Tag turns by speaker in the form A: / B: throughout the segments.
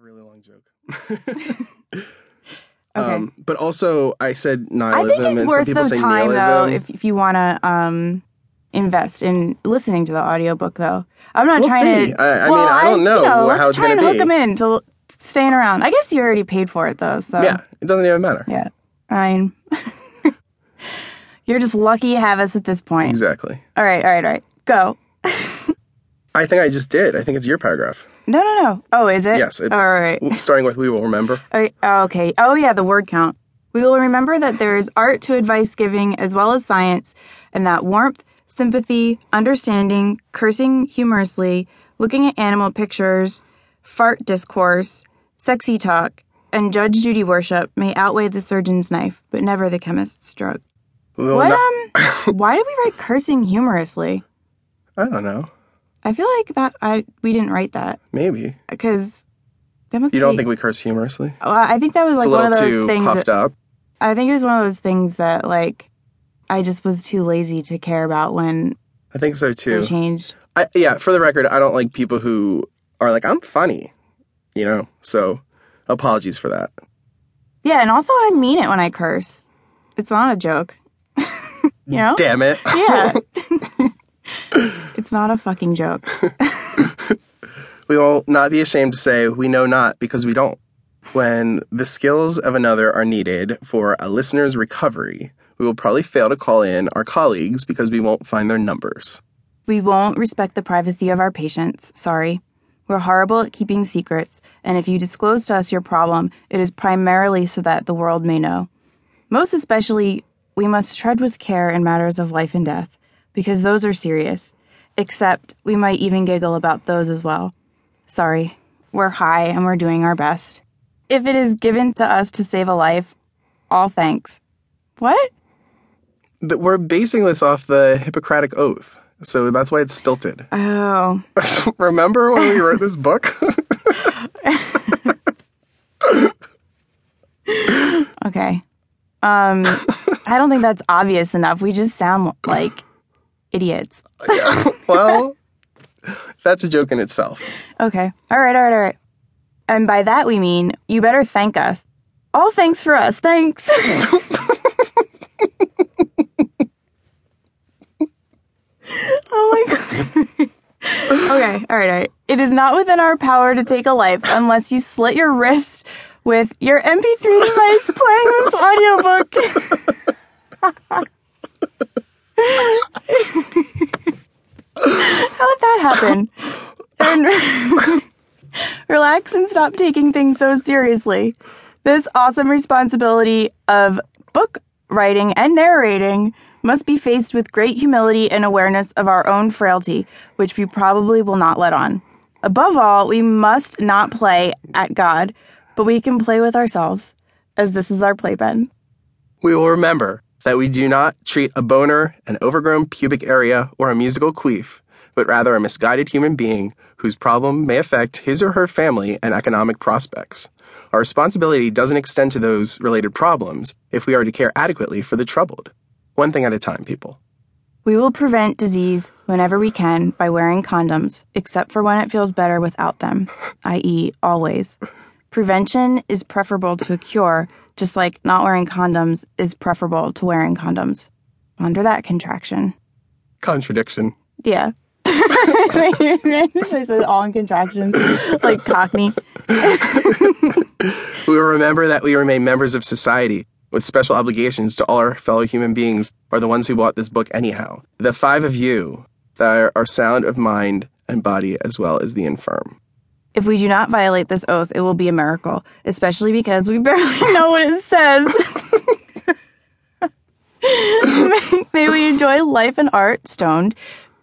A: Wrong joke. um, but also, I said
B: I
A: nihilism,
B: think it's
A: and some
B: worth
A: people
B: some
A: say
B: time though,
A: nihilism.
B: if, if you want to um, invest in listening to the audiobook though. I'm not
A: We'll
B: trying
A: see.
B: to.
A: I- I
B: well,
A: mean, I don't
B: you
A: know
B: know
A: how
B: let's
A: it's
B: try
A: gonna
B: and hook
A: be.
B: them in to l- staying around. I guess you already paid for it though, so
A: yeah, it doesn't even matter.
B: yeah. I mean, you're just lucky you have us at this point.
A: Exactly.
B: All right, all right, all right. Go.
A: I think I just did. I think it's your paragraph.
B: No, no, no. Oh, is it?
A: Yes, it-
B: all right.
A: Starting with we will remember.
B: Okay- Okay. Oh, yeah, the word count. We will remember that there is art to advice giving as well as science, and that warmth, sympathy, understanding, cursing humorously, looking at animal pictures, fart discourse, sexy talk, and Judge Judy worship may outweigh the surgeon's knife, but never the chemist's drug.
A: We will
B: What,
A: not-
B: um, why did we write cursing humorously?
A: I don't know.
B: I feel like that, I, we didn't write that,
A: Maybe
B: because that must
A: you don't
B: be-
A: think we curse humorously?
B: Well, I think that was
A: It's
B: like
A: a
B: one
A: little
B: of those
A: too
B: things.
A: puffed up.
B: I think it was one of those things that like I just was too lazy to care about when
A: I think so
B: they
A: too.
B: changed.
A: I, yeah, for the record, I don't like people who are like, I'm funny, you know? So apologies for that.
B: Yeah, and also I mean it when I curse. It's not a joke. you know?
A: Damn it.
B: Yeah. it's not a fucking joke.
A: we will not be ashamed to say we know not because we don't. When the skills of another are needed for a listener's recovery, we will probably fail to call in our colleagues because we won't find their numbers.
B: We won't respect the privacy of our patients. Sorry. We're horrible at keeping secrets, and if you disclose to us your problem, it is primarily so that the world may know. Most especially, we must tread with care in matters of life and death, because those are serious. Except, we might even giggle about those as well. Sorry. We're high and we're doing our best. If it is given to us to save a life, all thanks. What?
A: But we're basing this off the Hippocratic Oath, so that's why it's stilted.
B: Oh.
A: Remember when we wrote this book?
B: Okay. Um, I don't think that's obvious enough. We just sound like idiots.
A: well, that's a joke in itself.
B: Okay. All right. All right. All right. And by that we mean you better thank us. All thanks for us. Thanks. oh my god. okay. All right. All right. It is not within our power to take a life unless you slit your wrist with your MP3 device playing this audiobook. How would that happen? And relax and stop taking things so seriously. This awesome responsibility of book writing and narrating must be faced with great humility and awareness of our own frailty, which we probably will not let on. Above all, we must not play at God, but we can play with ourselves, as this is our playpen.
A: We will remember that we do not treat a boner, an overgrown pubic area, or a musical queef, but rather a misguided human being whose problem may affect his or her family and economic prospects. Our responsibility doesn't extend to those related problems if we are to care adequately for the troubled. One thing at a time, people.
B: We will prevent disease whenever we can by wearing condoms, except for when it feels better without them, i.e., always. Prevention is preferable to a cure, just like not wearing condoms is preferable to wearing condoms. Under that contraction.
A: Contradiction.
B: Yeah. I said all in contractions, like Cockney.
A: We will remember that we remain members of society with special obligations to all our fellow human beings or the ones who bought this book anyhow. The five of you that are sound of mind and body as well as the infirm.
B: If we do not violate this oath, it will be a miracle, especially because we barely know what it says. may, may we enjoy life and art, stoned,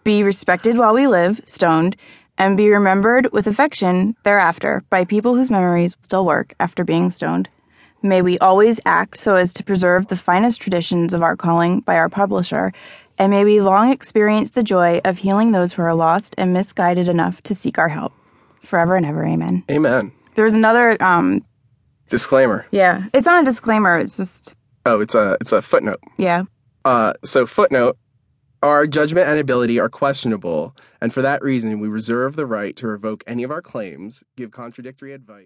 B: be respected while we live, stoned, and be remembered with affection thereafter by people whose memories still work after being stoned. May we always act so as to preserve the finest traditions of our calling by our publisher, and may we long experience the joy of healing those who are lost and misguided enough to seek our help forever and ever amen
A: Amen.
B: there's another um
A: Disclaimer.
B: yeah it's not a disclaimer it's just
A: Oh, it's a it's a footnote.
B: yeah
A: Uh, so footnote. Our judgment and ability are questionable, and for that reason, we reserve the right to revoke any of our claims, give contradictory advice.